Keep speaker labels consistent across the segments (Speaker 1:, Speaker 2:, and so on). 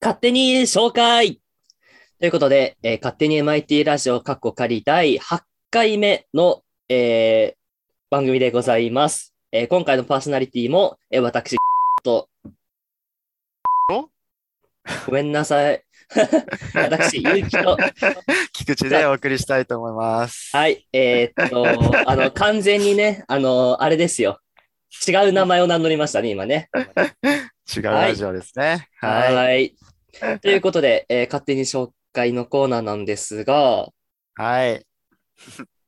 Speaker 1: 勝手に紹介ということで、えー勝手に MIT ラジオカッコ仮第8回目の、えー番組でございます。えー今回のパーソナリティも、えー私、と、
Speaker 2: お
Speaker 1: ごめんなさい。 私、ゆうきと、
Speaker 2: 菊池でお送りしたいと思います。
Speaker 1: はい、えーっと、あの、完全にね、あの、あれですよ。違う名前を名乗りましたね、今ね。
Speaker 2: 違うラジオですね。はい。
Speaker 1: はい。ということで、えー勝手に紹介のコーナーなんですが、
Speaker 2: はい。
Speaker 1: え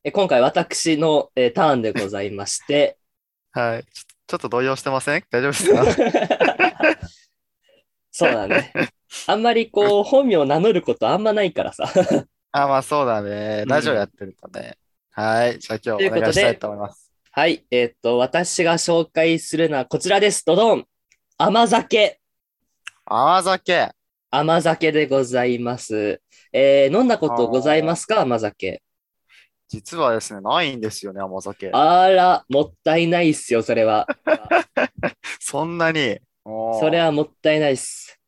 Speaker 1: ー今回私の、えーターンでございま して、
Speaker 2: はい。ちょちょっと動揺してません大丈夫ですか
Speaker 1: そうだね。あんまりこう、本名を名乗ることあんまないからさ。
Speaker 2: あ、まあそうだね。ラジオやってるとね。はい。じゃあ今
Speaker 1: とい
Speaker 2: 日
Speaker 1: うことで
Speaker 2: お願いしたいと思います。
Speaker 1: はい、えーっと、私が紹介するのはこちらです。ドドン甘酒
Speaker 2: 甘酒。
Speaker 1: 甘酒でございます。えー飲んだことございますか甘酒。
Speaker 2: 実はですね、ないんですよね、甘酒。
Speaker 1: あら、もったいないっすよ、それは。
Speaker 2: そんなに。もう
Speaker 1: それはもったいないっす。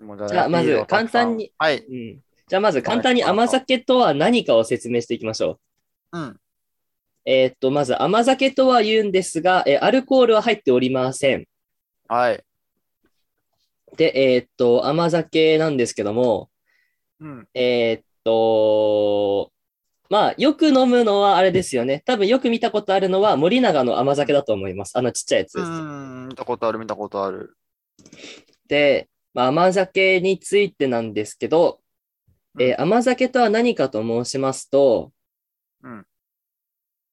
Speaker 2: もうじ
Speaker 1: じゃあまず
Speaker 2: いいよ
Speaker 1: 簡単に。
Speaker 2: たくさんはい。
Speaker 1: うん、じゃあ、まず簡単に甘酒とは何かを説明していきましょ
Speaker 2: うん。
Speaker 1: う。えーっと、まず甘酒とは言うんですが、えーアルコールは入っておりません。
Speaker 2: はい。
Speaker 1: で、えーっと、甘酒なんですけども、
Speaker 2: うん。
Speaker 1: えーっと、まあ、よく飲むのはあれですよね。多分よく見たことあるのは森永の甘酒だと思います。あのちっちゃいやつ
Speaker 2: う
Speaker 1: です。
Speaker 2: ん。見たことある、見たことある。
Speaker 1: で、まあ、甘酒についてなんですけど、えー甘酒とは何かと申しますと、
Speaker 2: うん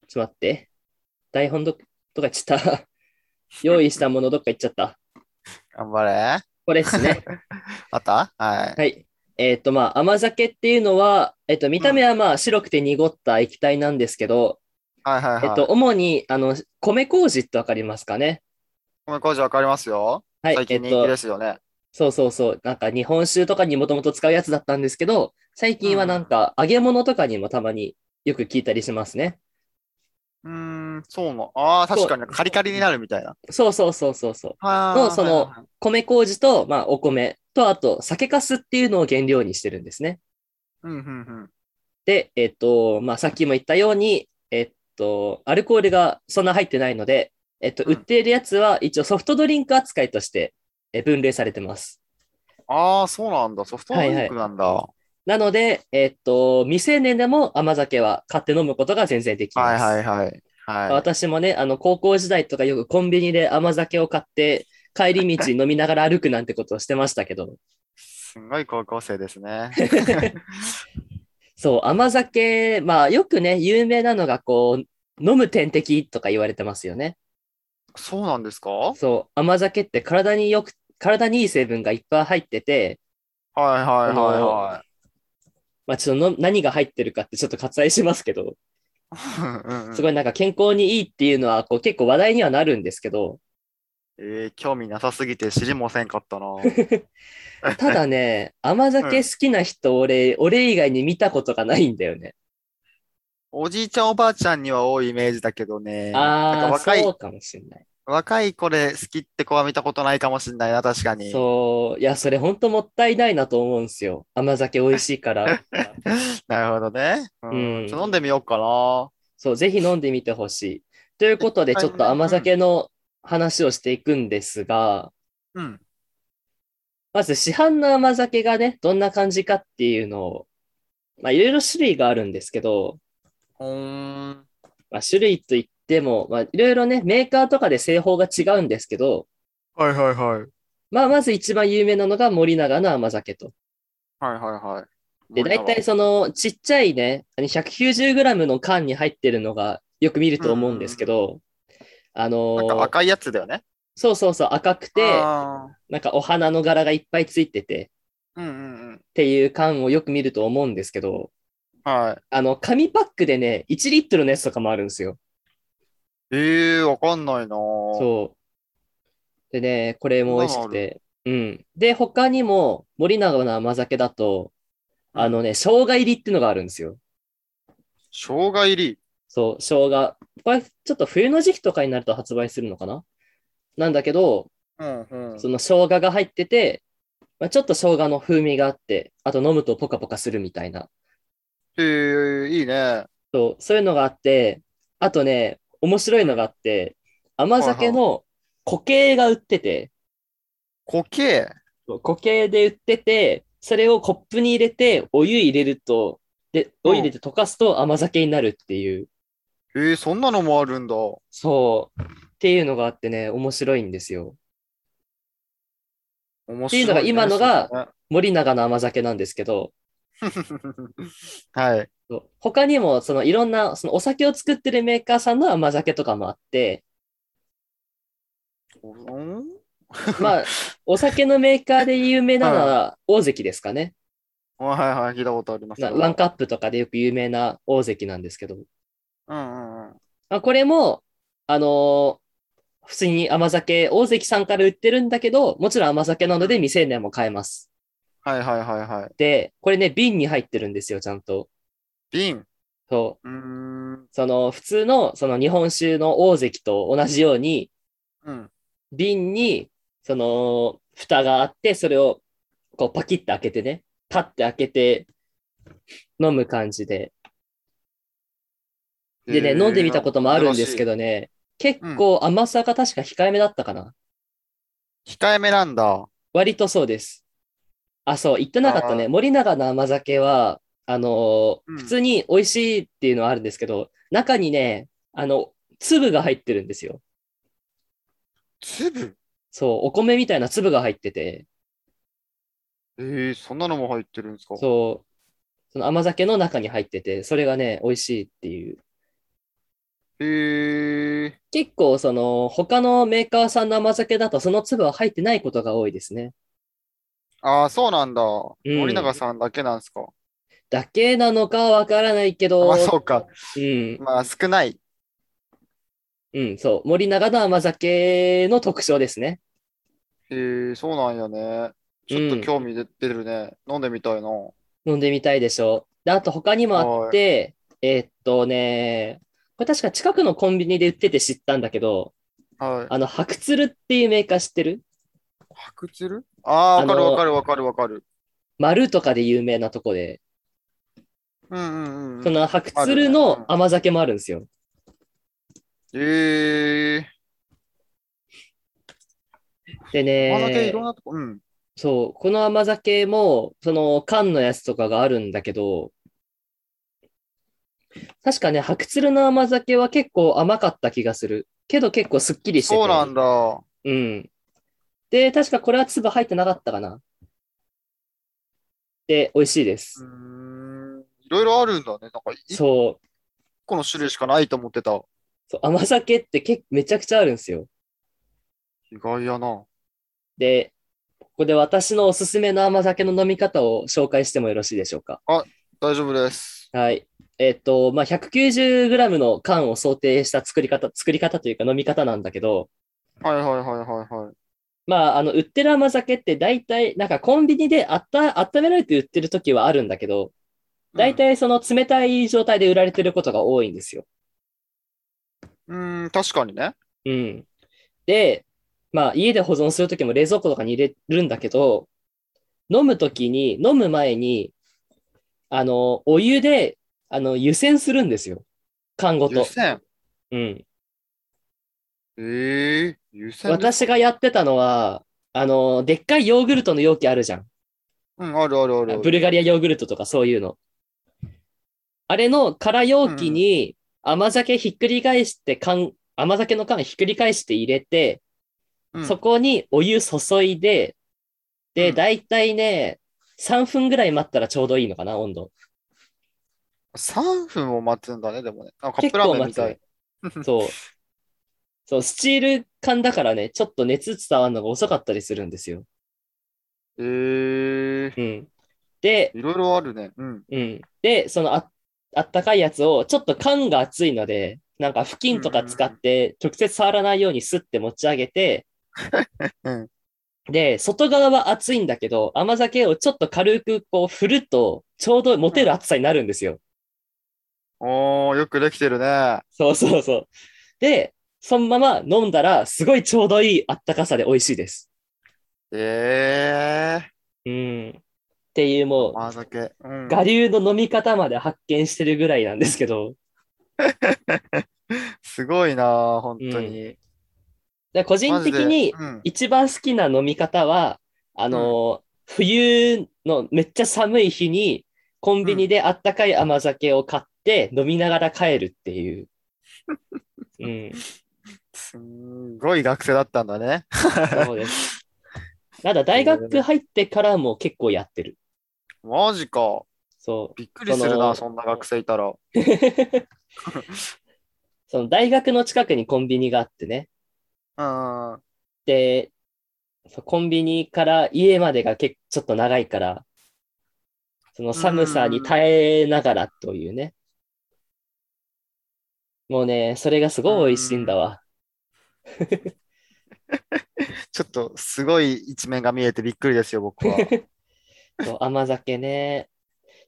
Speaker 1: ちょっと待って。台本どっどっか行っちゃった。 用意したものどっか行っちゃった。
Speaker 2: 頑張れ。
Speaker 1: これですね。
Speaker 2: あったはい。
Speaker 1: はい。えっ、と、まあ、甘酒っていうのは、えっ、と、見た目はまあ、白くて濁った液体なんですけど、
Speaker 2: はいはいはい。
Speaker 1: えっと、、主に、あの、米麹ってわかりますかね。
Speaker 2: 米麹わかりますよ。
Speaker 1: はい。
Speaker 2: 最
Speaker 1: え
Speaker 2: 近
Speaker 1: っ
Speaker 2: 人気
Speaker 1: と
Speaker 2: で、すよね。
Speaker 1: そうそうそう。なんか、日本酒とかにもともと使うやつだったんですけど、最近はなんか、揚げ物とかにもたまによく聞いたりしますね。
Speaker 2: うーん、そうな。ああ、
Speaker 1: そう
Speaker 2: 確かにカリカリになるみたいな。
Speaker 1: そうそうそうそうそう。
Speaker 2: あ
Speaker 1: の
Speaker 2: ー
Speaker 1: その
Speaker 2: はいはいはい
Speaker 1: 米麹と、まあ、お米と、あと、酒粕っていうのを原料にしてるんですね。
Speaker 2: うんうん
Speaker 1: で、えっと、まあ、さっきも言ったように、えっと、アルコールがそんな入ってないので、えっと、
Speaker 2: うん
Speaker 1: 売っているやつは一応ソフトドリンク扱いとしてえ分類されてます。
Speaker 2: うん。ああ、そうなんだ。ソフトドリ
Speaker 1: はい
Speaker 2: ン
Speaker 1: は
Speaker 2: クなんだ。
Speaker 1: なので、えっと、未成年でも甘酒は買って飲むことが全然でき
Speaker 2: は
Speaker 1: ま
Speaker 2: い
Speaker 1: す。
Speaker 2: はいはい。はい。
Speaker 1: 私もね、あの、高校時代とかよくコンビニで甘酒を買って、帰り道飲みながら歩くなんてことをしてましたけど、
Speaker 2: すんごい高校生で すね。
Speaker 1: そう、甘酒、まあよくね、有名なのがこう、飲む点滴とか言われてますよね。
Speaker 2: そうなんですか
Speaker 1: そう、甘酒って体によく、体にいい成分がいっぱい入ってて、
Speaker 2: はいはいはいは
Speaker 1: まあちょっとの何が入ってるかってちょっと割愛しますけど、
Speaker 2: い。うんうん
Speaker 1: すごいなんか健康にいいっていうのはこう結構話題にはなるんですけ ど、
Speaker 2: えー、興味なさすぎて知りもせんかったな。
Speaker 1: ただね、甘酒好きな人俺、俺以外に見たことがないんだよね。
Speaker 2: おじいちゃんおばあちゃんには多いイメージだけどね。なん
Speaker 1: あ
Speaker 2: か
Speaker 1: あ、
Speaker 2: 若い
Speaker 1: そうかもしれない。
Speaker 2: 若い子で好きって子は見たことないかもしれないな、確かに。
Speaker 1: そう、いや、それほんともったいないなと思うんですよ。甘酒美味しい から。
Speaker 2: なるほどね。
Speaker 1: うん
Speaker 2: ちょっと飲んでみようかな。
Speaker 1: そう、ぜひ飲んでみてほしい。ということで、
Speaker 2: はい
Speaker 1: ちょっと甘酒の話をしていくんですが、
Speaker 2: うん。
Speaker 1: まず市販の甘酒がね、どんな感じかっていうのを、まあ、いろいろ種類があるんですけど、
Speaker 2: うーん。
Speaker 1: まあ、種類といっても、まあ、いろいろね、メーカーとかで製法が違うんですけど、
Speaker 2: はいはいはい。
Speaker 1: まあ、まず一番有名なのが森永の甘酒と。
Speaker 2: はいはいはい。
Speaker 1: で、
Speaker 2: 森
Speaker 1: 大
Speaker 2: 永
Speaker 1: 体その、ちっちゃいね、190g の缶に入ってるのがよく見ると思うんですけど、あの
Speaker 2: なんか赤いやつだよね。
Speaker 1: そうそうそう、赤くて、
Speaker 2: あ
Speaker 1: なんかお花の柄がいっぱいついてて
Speaker 2: ーうんうんうん。
Speaker 1: っていう缶をよく見ると思うんですけど、
Speaker 2: はい。
Speaker 1: あの、紙パックでね、1リットルのやつとかもあるんですよ。
Speaker 2: ええー、わかんないなそう。
Speaker 1: そう。でね、これも美味しくて。うん。で、他にも、森永の甘酒だと、あのね、生姜入りってのがあるんですよ。
Speaker 2: 生姜入り。
Speaker 1: そう、生姜。これ、ちょっと冬の時期とかになると発売するのかななんだけど、
Speaker 2: うんうん。
Speaker 1: その生姜が入ってて、まあ、ちょっと生姜の風味があって、あと飲むとポカポカするみたいな、
Speaker 2: えー、いいね。
Speaker 1: そうそういうのがあって、あとね、面白いのがあって、甘酒の固形が売ってて、
Speaker 2: 固形
Speaker 1: 固形で売ってて、それをコップに入れて、お湯入れると、で、お湯入れて溶かすと甘酒になるっていう、
Speaker 2: えー、そんなのもあるんだ。
Speaker 1: そう、っていうのがあってね、面白いんですよ。
Speaker 2: 面
Speaker 1: て
Speaker 2: 白
Speaker 1: い
Speaker 2: いうね、
Speaker 1: のが今のが
Speaker 2: それね、
Speaker 1: 森永の甘酒なんですけど、
Speaker 2: はい。
Speaker 1: そう他にも、そのいろんな、そのお酒を作ってるメーカーさんの甘酒とかもあって、
Speaker 2: うん
Speaker 1: まあ、お酒のメーカーで有名なのは大関ですかね。
Speaker 2: はいはい、聞いたことあります
Speaker 1: な
Speaker 2: よ。
Speaker 1: ワンカップとかでよく有名な大関なんですけど。
Speaker 2: うんうんうん。
Speaker 1: まあ、これも、あのー普通に甘酒、大関さんから売ってるんだけど、もちろん甘酒なので未成年も買えます。
Speaker 2: はいはいはいはい。
Speaker 1: で、これね、瓶に入ってるんですよ、ちゃんと。
Speaker 2: 瓶。
Speaker 1: そう
Speaker 2: ーん。
Speaker 1: う。その、普通の、その日本酒の大関と同じように、
Speaker 2: うん。
Speaker 1: 瓶に、その、蓋があって、それを、こう、パキッて開けてね、パッて開けて、飲む感じで。でね、飲んでみたこともあるんですけ
Speaker 2: ど。
Speaker 1: どね、結構甘さが確か控えめだったかな。
Speaker 2: 控えめなんだ。
Speaker 1: 割とそうです。あ、そう、言ってなかった
Speaker 2: あ
Speaker 1: ね。
Speaker 2: ー
Speaker 1: 森永の甘酒は、あのー
Speaker 2: うん
Speaker 1: 普通に美味しいっていうのはあるんですけど、中にね、あの、粒が入ってるんですよ。
Speaker 2: 粒
Speaker 1: そう、お米みたいな粒が入ってて、
Speaker 2: えー、そんなのも入ってるんですか
Speaker 1: そう、その甘酒の中に入ってて、それがね、美味しいっていう。
Speaker 2: えー、
Speaker 1: 結構、その、他のメーカーさんの甘酒だと、その粒は入ってないことが多いですね。
Speaker 2: ああ、そうなんだ。森永さんだけなんですか
Speaker 1: だけなのかはわからないけど、
Speaker 2: まあそうか。
Speaker 1: うん、
Speaker 2: まあ少ない。
Speaker 1: うん、そう、森永の甘酒の特徴ですね。
Speaker 2: えー、そうなんやね。ちょっと興味出てるね。飲んでみたいな。
Speaker 1: 飲んでみたいでしょう。で、あと他にもあって、えーっとね、これ確か近くのコンビニで売ってて知ったんだけど、
Speaker 2: はい。
Speaker 1: あの、白鶴っていうメーカー知ってる
Speaker 2: 白鶴ああー、わかる
Speaker 1: あの
Speaker 2: わかるわかるわかる。
Speaker 1: 丸とかで有名なとこで、
Speaker 2: うんうんう
Speaker 1: そ
Speaker 2: ん。
Speaker 1: の白鶴の甘酒もあるんですよ。
Speaker 2: え
Speaker 1: で
Speaker 2: ー、甘酒い
Speaker 1: ね
Speaker 2: ろん、なとこ。うん。
Speaker 1: そう、この甘酒も、その缶のやつとかがあるんだけど、確かね、白鶴の甘酒は結構甘かった気がする。けど結構すっきりしてて。
Speaker 2: そうなんだ。
Speaker 1: うん。で、確かこれは粒入ってなかったかな。で、美味しいで
Speaker 2: う
Speaker 1: す。
Speaker 2: ーん。いろいろあるんだね。なんか1
Speaker 1: そう
Speaker 2: 個の種類しかないと思ってた。
Speaker 1: そう。甘酒って結めちゃくちゃあるんですよ。
Speaker 2: 意外やな。
Speaker 1: で、ここで私のおすすめの甘酒の飲み方を紹介してもよろしいでしょうか。
Speaker 2: 大丈夫です。
Speaker 1: はい。えっと、まあ、190g の缶を想定した作り方、作り方というか飲み方なんだけど、
Speaker 2: はいはいはいはいはい。
Speaker 1: まあ、あの、売ってる甘酒って大体、なんかコンビニであった、温められて売ってる時はあるんだけど、大体その冷たい状態で売られてることが多いんですよ。
Speaker 2: うん、うん、確かにね。
Speaker 1: うん。で、まあ家で保存するときも冷蔵庫とかに入れるんだけど、飲むときに、飲む前に、あの、お湯で、あの、湯煎するんですよ。缶ご
Speaker 2: 湯
Speaker 1: と。
Speaker 2: 煎。
Speaker 1: うん。
Speaker 2: えー、湯煎です
Speaker 1: 私がやってたのは、あの、でっかいヨーグルトの容器あるじゃん。
Speaker 2: うん、あるあるあるある。
Speaker 1: ブルガリアヨーグルトとかそういうの。あれの空容器に甘酒ひっくり返して缶、甘酒の缶ひっくり返して入れて、
Speaker 2: うん
Speaker 1: そこにお湯注いで、
Speaker 2: う
Speaker 1: で、
Speaker 2: ん
Speaker 1: だいたいね、3分ぐらい待ったらちょうどいいのかな、温度。
Speaker 2: 3分も待つんだね、でもね。なんかカッ
Speaker 1: 結
Speaker 2: プラー
Speaker 1: 構
Speaker 2: メン
Speaker 1: 待
Speaker 2: みたい
Speaker 1: つ。。 そう。そう、スチール缶だからね、ちょっと熱伝わるのが遅かったりするんですよ。
Speaker 2: えー、
Speaker 1: うん。で、
Speaker 2: いろいろあるね。うん。
Speaker 1: うん。で、そのあ、あったかいやつを、ちょっと缶が熱いので、なんか布巾とか使って、直接触らないようにスッて持ち上げて
Speaker 2: うん、
Speaker 1: で、外側は熱いんだけど、甘酒をちょっと軽くこう振ると、ちょうど持てる熱さになるんですよ。
Speaker 2: おー、よくできてるね。
Speaker 1: そうそうそう。で、そのまま飲んだら、すごいちょうどいいあったかさで美味しいです。
Speaker 2: え
Speaker 1: うん。っていうも
Speaker 2: 甘酒。う
Speaker 1: う、
Speaker 2: ん
Speaker 1: 我流の飲み方まで発見してるぐらいなんですけど、
Speaker 2: すごいなあ、本当に。
Speaker 1: で個人
Speaker 2: マジ
Speaker 1: 的
Speaker 2: で
Speaker 1: に
Speaker 2: うん
Speaker 1: 一番好きな飲み方は、あのー冬のめっちゃ寒い日にコンビニであったかい甘酒を買って飲みながら帰るっていう。うん、
Speaker 2: すんごい学生だったんだね。
Speaker 1: そうです。ただ大学入ってからも結構やってる。
Speaker 2: マジか。
Speaker 1: そう。
Speaker 2: びっくりする
Speaker 1: その
Speaker 2: な、そんな学生いたら。
Speaker 1: その大学の近くにコンビニがあってね。
Speaker 2: うん。
Speaker 1: で、そうコンビニから家までが結構ちょっと長いから、その寒さに耐えながらというね。もうね、それがすごい美味しいんだわ。
Speaker 2: ちょっとすごい一面が見えてびっくりですよ、僕は。
Speaker 1: そう甘酒ね。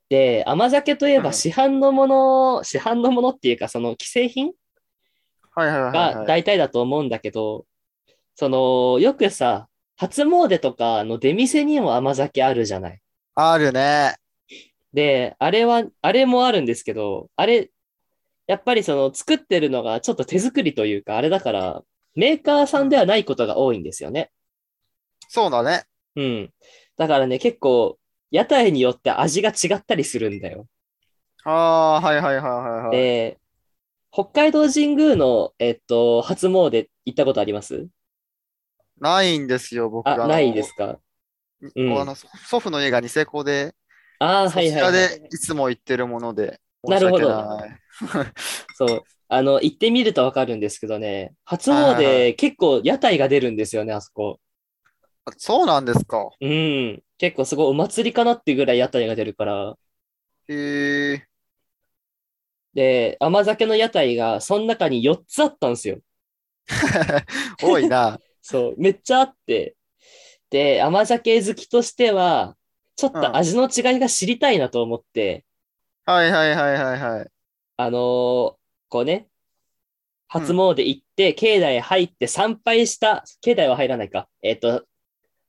Speaker 1: で、甘酒といえ
Speaker 2: う
Speaker 1: ば
Speaker 2: ん
Speaker 1: 市販のもの、市販のものっていうか、その既製品
Speaker 2: はいはいはい、
Speaker 1: が
Speaker 2: はい。
Speaker 1: 大体だと思うんだけど、その、よくさ、初詣とかの出店にも甘酒あるじゃない。
Speaker 2: あるね。
Speaker 1: で、あれは、あれもあるんですけど、あれ、やっぱりその作ってるのがちょっと手作りというか、あれだから、メーカーさんではないことが多いんですよね。
Speaker 2: そうだね。
Speaker 1: うん。だからね、結構、屋台によって味が違ったりするんだよ。
Speaker 2: ああー、はいはいはいはいはい。
Speaker 1: で、北海道神宮の、えっと、初詣行ったことあります
Speaker 2: ないんですよ、僕。
Speaker 1: あ、
Speaker 2: の
Speaker 1: ないですかうん
Speaker 2: あの祖祖父の家がニセコで、
Speaker 1: ああ、
Speaker 2: そ
Speaker 1: はい
Speaker 2: ち
Speaker 1: はい、は
Speaker 2: ら
Speaker 1: い。
Speaker 2: でいつも行ってるもので。
Speaker 1: なるほど
Speaker 2: 申し訳ない
Speaker 1: そう。あの、行ってみるとわかるんですけどね、初詣、
Speaker 2: はいはいは
Speaker 1: 結構屋台が出るんですよね、あそこ。
Speaker 2: あそうなんですか。
Speaker 1: うん。結構すごいお祭りかなっていうぐらい屋台が出るから。
Speaker 2: へえ。
Speaker 1: で、甘酒の屋台が、その中に4つあったんですよ。
Speaker 2: 多い な。
Speaker 1: そう、めっちゃあって。で、甘酒好きとしては、ちょっと味の違いが知りたいなと思って、
Speaker 2: はいはいはいはいはい。
Speaker 1: あのーこうね、初詣行って、境内入って参拝した、境内は入らないか。えっ、と、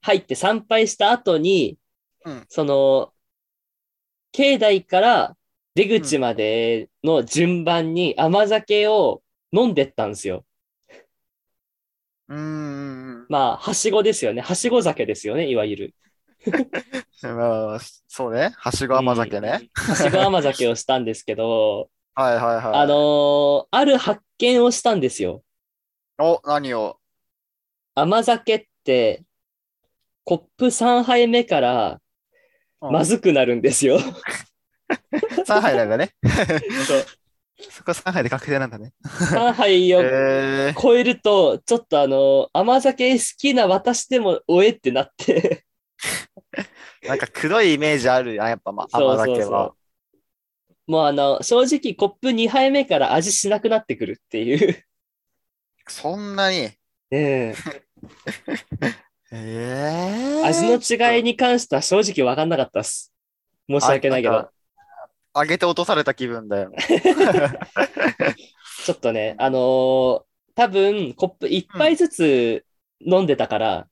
Speaker 1: 入って参拝した後に、
Speaker 2: うん
Speaker 1: その、境内から出口までの順番に甘酒を飲んでったんですよ。
Speaker 2: うーん。
Speaker 1: まあ、はしごですよね。はしご酒ですよね、いわゆる。
Speaker 2: まあまあ、そうね。はしご甘酒ね。
Speaker 1: うん。はしご甘酒をしたんですけど、
Speaker 2: はいはい はい。
Speaker 1: あのーある発見をしたんですよ。
Speaker 2: お、何を。
Speaker 1: 甘酒って、コップ3杯目から
Speaker 2: うん
Speaker 1: まずくなるんですよ。
Speaker 2: 上海なんだね。
Speaker 1: そう
Speaker 2: そこ上海で確定なんだね。
Speaker 1: 3杯を
Speaker 2: へえ。
Speaker 1: 超えると、ちょっとあのー甘酒好きな私でもおえってなって、
Speaker 2: なんか黒いイメージあるやん、やっぱ、まあ、
Speaker 1: そう
Speaker 2: 甘
Speaker 1: そう
Speaker 2: 酒
Speaker 1: そう
Speaker 2: は。。
Speaker 1: もうあの、正直コップ2杯目から味しなくなってくるっていう。
Speaker 2: そんなに。
Speaker 1: え
Speaker 2: え
Speaker 1: え
Speaker 2: え。
Speaker 1: 味の違いに関しては正直わかんなかったっす。申し訳ないけ
Speaker 2: あ
Speaker 1: ど。。
Speaker 2: あ上げて落とされた気分だ よ。
Speaker 1: ちょっとね、あのー多分コップ1杯ずつ飲んでたから、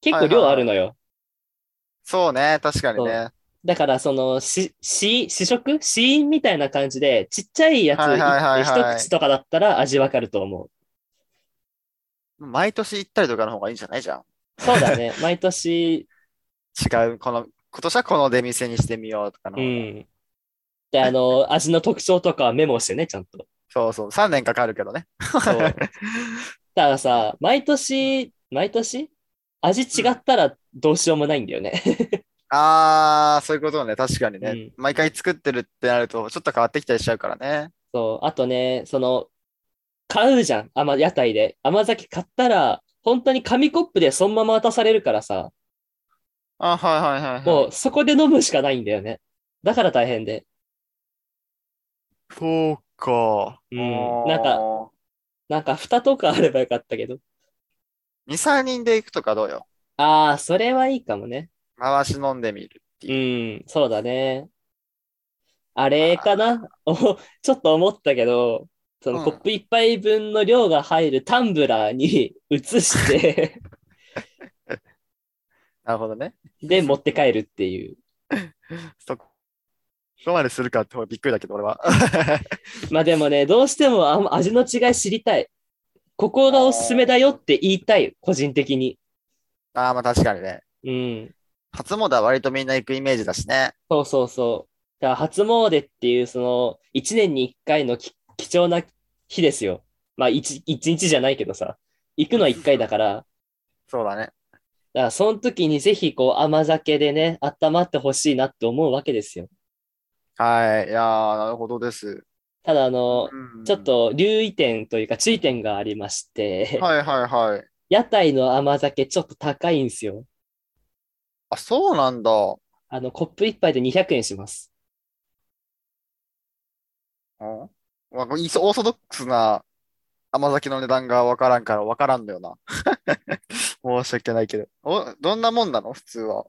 Speaker 1: 結構量あるのよ。
Speaker 2: そうね、確かにね。
Speaker 1: だから、その、し、し、試食試飲みたいな感じで、ちっちゃいやつ
Speaker 2: はいはいはい
Speaker 1: 一
Speaker 2: はい
Speaker 1: 口とかだったら味わかると思う。
Speaker 2: 毎年行ったりとかの方がいいんじゃないじゃん。
Speaker 1: そうだ ね。毎年、
Speaker 2: 違う、この、今年はこの出店にしてみようとかの
Speaker 1: う
Speaker 2: 方が。
Speaker 1: ん。で、あの ー、味の特徴とかはメモしてね、ちゃんと。
Speaker 2: そうそう、3年かかるけどね。
Speaker 1: そう。だからさ、毎年、毎年味違ったらどうしようもないんだよね。
Speaker 2: あー、そういうことね、確かにね。
Speaker 1: うん
Speaker 2: 毎回作ってるってなると、ちょっと変わってきたりしちゃうからね。
Speaker 1: そう、あとね、その、買うじゃん、甘屋台で。甘酒買ったら、本当に紙コップでそのまま渡されるからさ、
Speaker 2: あ、はいはいはい、はい。
Speaker 1: もうそこで飲むしかないんだよね。だから大変で。
Speaker 2: そうか。
Speaker 1: うん
Speaker 2: あー
Speaker 1: なんか、なんか蓋とかあればよかったけど。
Speaker 2: 2、3人で行くとかどうよ。
Speaker 1: ああ、それはいいかもね。
Speaker 2: 回し飲んでみる。
Speaker 1: うん、そうだね。あれかなおちょっと思ったけど、その
Speaker 2: うん
Speaker 1: コップ一杯分の量が入るタ ンブラーに移して、
Speaker 2: なるほどね。
Speaker 1: で、持って帰るっていう。
Speaker 2: そこまでするかって方がびっくりだけど、俺は。
Speaker 1: まあでもね、どうしてもあん味の違い知りたい。ここがおすすめだよって言いたい、個人的に。
Speaker 2: ああ、まあ確かにね。
Speaker 1: うん。
Speaker 2: 初詣は割とみんな行くイメージだしね。
Speaker 1: そうそうそう。だから初詣っていう、その、一年に一回のき貴重な日ですよ。まあ一、一日じゃないけどさ。行くのは一回だから、
Speaker 2: そうだね。
Speaker 1: だからその時にぜひ、こう、甘酒でね、温まってほしいなって思うわけですよ。
Speaker 2: はい。いやー、なるほどです。
Speaker 1: ただ、あの、
Speaker 2: うん
Speaker 1: ちょっ。と留意点というか注意点がありまして、
Speaker 2: はいはいはい。
Speaker 1: 屋台の甘酒ちょっと高いんですよ。
Speaker 2: あ、そうなんだ。う
Speaker 1: あの、コップ一杯で200円します。
Speaker 2: んまあ、これオーソドックスな甘酒の値段がわからんからわからんのよな。 申し訳ないけど。お、どんなもんなの普通は。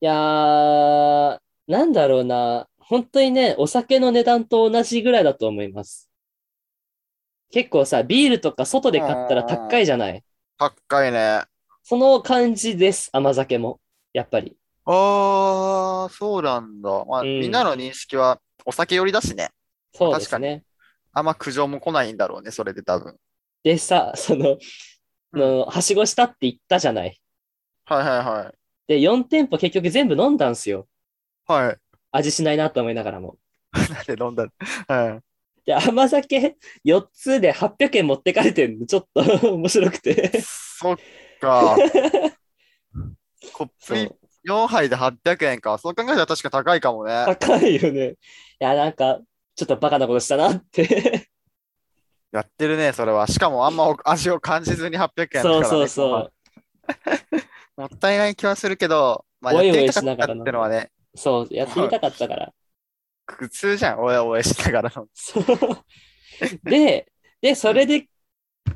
Speaker 1: いやー、なんだろうな。本当にね、お酒の値段と同じぐらいだと思います。結構さ、ビールとか外で買ったら高いじゃない。
Speaker 2: 高いね。
Speaker 1: その感じです、甘酒も。やっぱり。
Speaker 2: ああ、そうなんだ。まあ、
Speaker 1: うん
Speaker 2: みんなの認識はお酒寄りだしね。
Speaker 1: そうです
Speaker 2: 確か
Speaker 1: ね。
Speaker 2: あんま苦情も来ないんだろうね、それで多分。
Speaker 1: でさ、その、
Speaker 2: うん
Speaker 1: の、はしごしたって言ったじゃない。
Speaker 2: はいはいはい。
Speaker 1: で、4店舗結局全部飲んだんすよ。
Speaker 2: はい。
Speaker 1: 味しないなと思いながらも。
Speaker 2: なんで飲 んだはい。
Speaker 1: で、甘酒4つで800円持ってかれてんの、ちょっと面白く て。
Speaker 2: そっか。コップ
Speaker 1: そう。
Speaker 2: 4杯で800円か。そう考えたら確か高いかもね。い
Speaker 1: 高いよね。いや、なんか、ちょっとバカなことしたなって。
Speaker 2: やってるね、それは。しかもあんまお 味を感じずに800円だから
Speaker 1: そう
Speaker 2: ね
Speaker 1: そうそう。
Speaker 2: もったいない気はするけど、まあ、
Speaker 1: おい
Speaker 2: や
Speaker 1: お
Speaker 2: って
Speaker 1: い
Speaker 2: みた
Speaker 1: しなが
Speaker 2: か
Speaker 1: ら
Speaker 2: った
Speaker 1: の
Speaker 2: ってのはね、
Speaker 1: そう、やってみたかったから。
Speaker 2: 苦痛じゃん。おいおいしながらの。
Speaker 1: そう。で、で、それで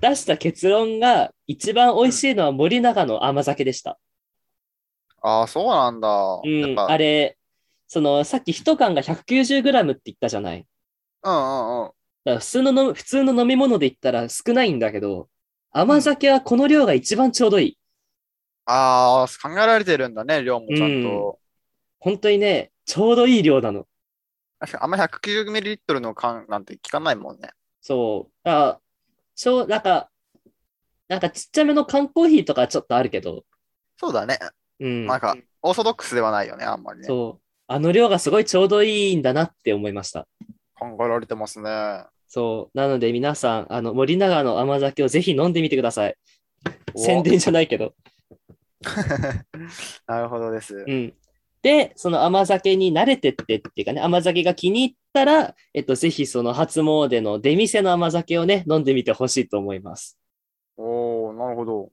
Speaker 1: 出した結論が、一番美味しいのは森永の甘酒でした。
Speaker 2: ああ、そうなんだ。
Speaker 1: う
Speaker 2: やっ
Speaker 1: ん、
Speaker 2: ぱ
Speaker 1: あれ、その、さっき一缶が 190g って言ったじゃない。
Speaker 2: うんうんうん。
Speaker 1: だから普通のの普通の飲み物で言ったら少ないんだけど、甘酒はこの量が一番ちょうどいい。
Speaker 2: ああ、考えられてるんだね、量もちゃんと。
Speaker 1: 本当にね、ちょうどいい量なの。
Speaker 2: 確かにあんま 190ml の缶なんて聞かないもんね。
Speaker 1: そう。だからちょう、なんか、なんかちっちゃめの缶コーヒーとかちょっとあるけど、
Speaker 2: そうだね。
Speaker 1: うん。
Speaker 2: なんか、オーソドックスではないよね、あんまりね。
Speaker 1: そう。あの量がすごいちょうどいいんだなって思いました。
Speaker 2: 考えられてますね。
Speaker 1: そう。なので皆さん、あの、森永の甘酒をぜひ飲んでみてください。
Speaker 2: お
Speaker 1: 宣伝じゃないけど。
Speaker 2: なるほどです。
Speaker 1: うん。で、その甘酒に慣れてってっていうかね、甘酒が気に入ったら、えっと、ぜひその初詣の出店の甘酒をね、飲んでみてほしいと思います。
Speaker 2: おおなるほど。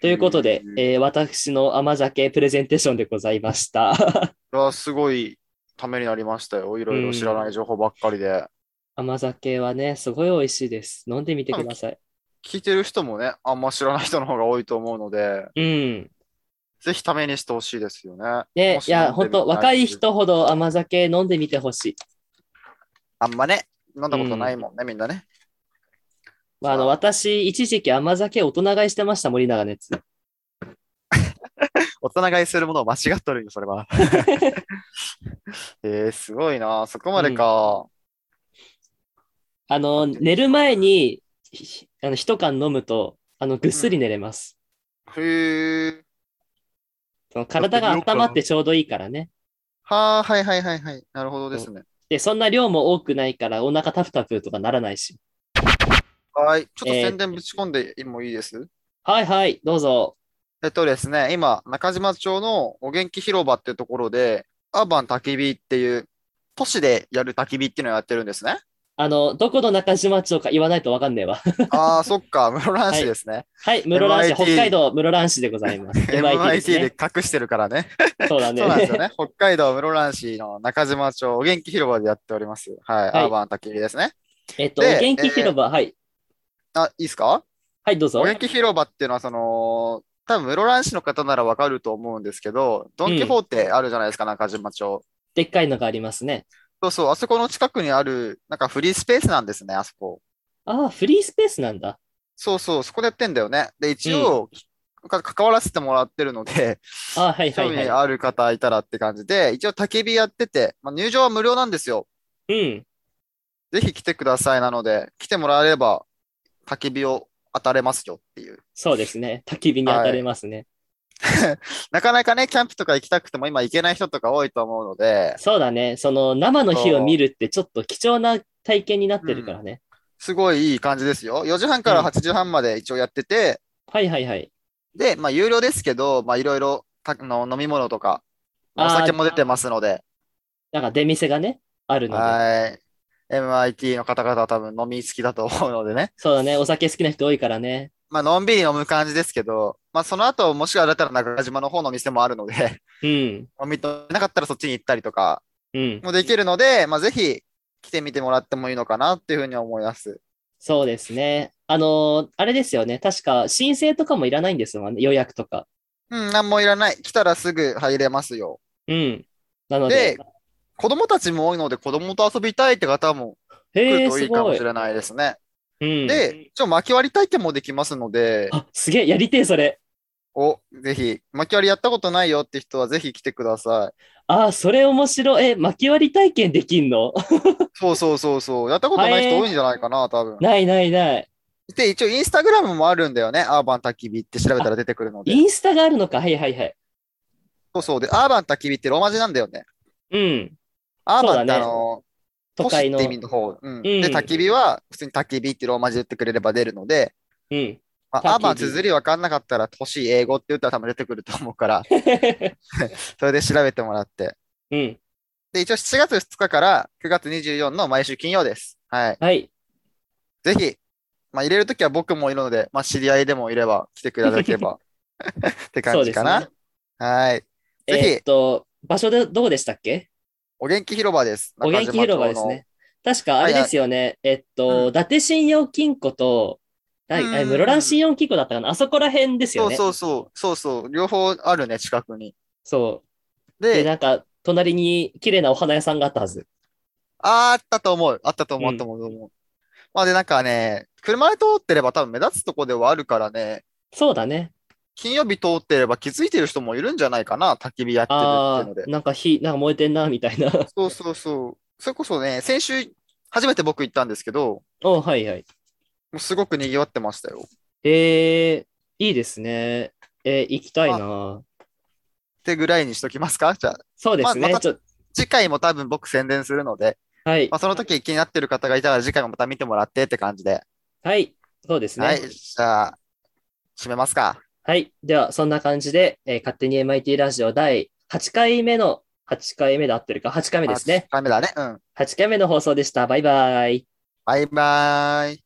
Speaker 1: ということで
Speaker 2: う、ん
Speaker 1: えー私の甘酒プレゼンテーションでございました。
Speaker 2: いや、すごいためになりましたよ。いろいろ知らない情報ばっかりで。
Speaker 1: 甘酒はね、すごい美味しいです。飲んでみてください。
Speaker 2: 聞いてる人もね、あんま知らない人の方が多いと思うので、
Speaker 1: うん。
Speaker 2: ぜひためにしてほしいですよね。
Speaker 1: ね
Speaker 2: も、し
Speaker 1: いや、
Speaker 2: 飲んで
Speaker 1: 本
Speaker 2: み
Speaker 1: 当
Speaker 2: た
Speaker 1: 若い。人ほど甘酒飲んでみてほしい。
Speaker 2: あんまね、飲んだことないもんね、みんなね。
Speaker 1: まあ、あの、
Speaker 2: そう
Speaker 1: 私、一時期甘酒大人買いしてました、森永のやつ。
Speaker 2: 大人買いするものを間違っとるよ、そ れは。えー、すごいな。そこまでか。
Speaker 1: あの、寝る前に、ひあの、一缶飲むと、あの、ぐっすり寝れます。
Speaker 2: へえ。
Speaker 1: その体が
Speaker 2: やってみようか
Speaker 1: 温
Speaker 2: な
Speaker 1: まってちょうどいいからね。
Speaker 2: はあ、はいはいはいはい。なるほどですね。
Speaker 1: で、そんな量も多くないから、お腹タフタフとかならないし。
Speaker 2: はい。ちょっと
Speaker 1: えー
Speaker 2: 宣伝ぶち込んでもいいです
Speaker 1: はいはい、どうぞ。
Speaker 2: えっとですね、今、中島町のお元気広場っていうところで、アーバン焚き火っていう、都市でやる焚き火っていうのをやってるんです ね。
Speaker 1: あの、どこの中島町か言わないとわかんねえわ。
Speaker 2: ああ、そっか、室蘭市ですね。
Speaker 1: はい、室蘭市、
Speaker 2: MIT
Speaker 1: 北海道室蘭市でござい ます。MIT です
Speaker 2: MIT
Speaker 1: ね
Speaker 2: で。隠してるからね。
Speaker 1: そうだね。
Speaker 2: そうなんですよね。北海道室蘭市の中島町お元気広場でやっております。は
Speaker 1: は
Speaker 2: い、
Speaker 1: い
Speaker 2: アーバン焚き火ですね。
Speaker 1: えっと、
Speaker 2: で
Speaker 1: お元気広場、はい。
Speaker 2: あ、いいですか
Speaker 1: はい、どうぞ。
Speaker 2: お元気広場っていうのは、その、多分室蘭市の方ならわかると思うんですけど、ドン・キホーテあるじゃないですか、中島町。
Speaker 1: でっかいのがありますね。
Speaker 2: そうそう、あそこの近くにある、なんかフリースペースなんですね、あそこ。
Speaker 1: ああ、フリースペースなんだ。
Speaker 2: そうそう、そこでやってんだよね。で、一応、か関わらせてもらってるので、
Speaker 1: あ、はいは
Speaker 2: 興
Speaker 1: い
Speaker 2: 味
Speaker 1: は
Speaker 2: ある方いたらって感じで、一応焚き火やってて、まあ、入場は無料なんですよ。
Speaker 1: い。うん。
Speaker 2: ぜひ来てくださいなので、来てもらえれば焚き火を当たれますよっていう。
Speaker 1: そうですね。焚き火に当たれますね。
Speaker 2: なかなかね、キャンプとか行きたくても今行けない人とか多いと思うので、
Speaker 1: そうだね。その生の火を見るってちょっと貴重な体験になってるからね。
Speaker 2: すごいいい感じですよ。4時半から8時半まで一応やってて、
Speaker 1: はいはいはい。
Speaker 2: で、まあ有料ですけど、まあいろいろたの飲み物とか、
Speaker 1: あ
Speaker 2: お
Speaker 1: ー
Speaker 2: 酒も出てますので、
Speaker 1: なんか出店がね、あるので。
Speaker 2: はい。MIT の方々は多分飲み好きだと思うのでね。
Speaker 1: そうだね。お酒好きな人多いからね。
Speaker 2: まあ、のんびり飲む感じですけど、まあ、その後、もしあれだったら中島の方の店もあるので、
Speaker 1: うん。
Speaker 2: 飲みとなかったらそっちに行ったりとか
Speaker 1: うん。
Speaker 2: もできるので、まあ、ぜひ来てみてもらってもいいのかなっていうふうに思います。
Speaker 1: そうですね。あのーあれですよね。確か申請とかもいらないんですよね。予約とか。
Speaker 2: うん、なんもいらない。来たらすぐ入れますよ。
Speaker 1: うん。なので
Speaker 2: で、子供たちも多いので、子供と遊びたいって方も来
Speaker 1: へえ、
Speaker 2: るとい
Speaker 1: す
Speaker 2: いか
Speaker 1: ご
Speaker 2: も
Speaker 1: い
Speaker 2: し。れないですね。
Speaker 1: うん、
Speaker 2: で、一応、巻き割り体験もできますので、
Speaker 1: あ、すげえ、やりてえ、それ。
Speaker 2: お、ぜひ、巻き割りやったことないよって人は、ぜひ来てください。
Speaker 1: あー、それ面白い。え、薪割り体験できんの
Speaker 2: そうそうそうそう。やったことない人多いんじゃないかな、多分。
Speaker 1: ないないない。
Speaker 2: で、一応インスタグラムもあるんだよね。アーバン焚き火って調べたら出てくるので。
Speaker 1: インスタがあるのか。はいはいはい。
Speaker 2: そうそう。で、アーバン焚き火ってローマ字なんだよね。
Speaker 1: うん。
Speaker 2: アーバンって
Speaker 1: そうだ
Speaker 2: あ
Speaker 1: ね
Speaker 2: の、
Speaker 1: 都会の。
Speaker 2: 都市って意味の方。うん。
Speaker 1: うん
Speaker 2: で、焚き火は普通に焚き火ってローマ字で言ってくれれば出るので、
Speaker 1: うん。
Speaker 2: ま
Speaker 1: 焚き火
Speaker 2: あ、アーバン綴り分かんなかったら、都市英語って言ったら多分出てくると思 うから、それで調べてもらって。
Speaker 1: うん。
Speaker 2: で、一応7月2日から9月24の毎週金曜です。はい。
Speaker 1: はい。
Speaker 2: ぜひ、まあ、入れるときは僕もいるので、まあ、知り合いでもいれば来ていただけ ればって
Speaker 1: そ
Speaker 2: 感
Speaker 1: う
Speaker 2: じ
Speaker 1: です
Speaker 2: かな。
Speaker 1: ね。
Speaker 2: はい。ぜひ
Speaker 1: えーっと、場所でどこでしたっけ
Speaker 2: お元気広場です。
Speaker 1: お元気広場ですね。。確か、あれですよね。えっと、
Speaker 2: う
Speaker 1: 伊達信用金庫と、な
Speaker 2: うん
Speaker 1: あれ室蘭信用金庫だったかなあそこら辺です
Speaker 2: そ
Speaker 1: よ
Speaker 2: う
Speaker 1: ね。
Speaker 2: そうそう、そうそう、両方あるね、近くに。
Speaker 1: そう。で、
Speaker 2: で、
Speaker 1: なんか、隣に綺麗なお花屋さんがあったはず。
Speaker 2: あーあったと思う、あったと思
Speaker 1: う
Speaker 2: う、
Speaker 1: ん
Speaker 2: と思う、と思う。まあで、なんかね、車で通ってれば多分目立つとこではあるからね、
Speaker 1: そうだね。
Speaker 2: 金曜日通ってれば気づいてる人もいるんじゃないかな、焚き火やってるっ
Speaker 1: あ
Speaker 2: ていうの
Speaker 1: あ、
Speaker 2: で。
Speaker 1: なんか火、なんか燃えてんな、みたいな。
Speaker 2: そうそうそう。それこそね、先週、初めて僕行ったんですけど、
Speaker 1: おはいはい。
Speaker 2: もうすごく賑わってましたよ。
Speaker 1: えー、いいですね。えー、行きたいな。
Speaker 2: ってぐらいにしときますかじゃあ、
Speaker 1: そうです
Speaker 2: ま
Speaker 1: ね。
Speaker 2: また
Speaker 1: ちょ
Speaker 2: 次回も多分僕宣伝するので、
Speaker 1: はい
Speaker 2: ま。あ、その時気になってる方がいたら次回もまた見てもらってって感じで。
Speaker 1: はい。そうですね。
Speaker 2: はい、じゃあ、締めますか。
Speaker 1: はい。では、そんな感じで、えー勝手に MIT ラジオ第8回目の、8回目で合ってるか、8回目ですね。
Speaker 2: あ。ダメだね。うん。
Speaker 1: 8回目の放送でした。バイバイ。
Speaker 2: バイバーイ。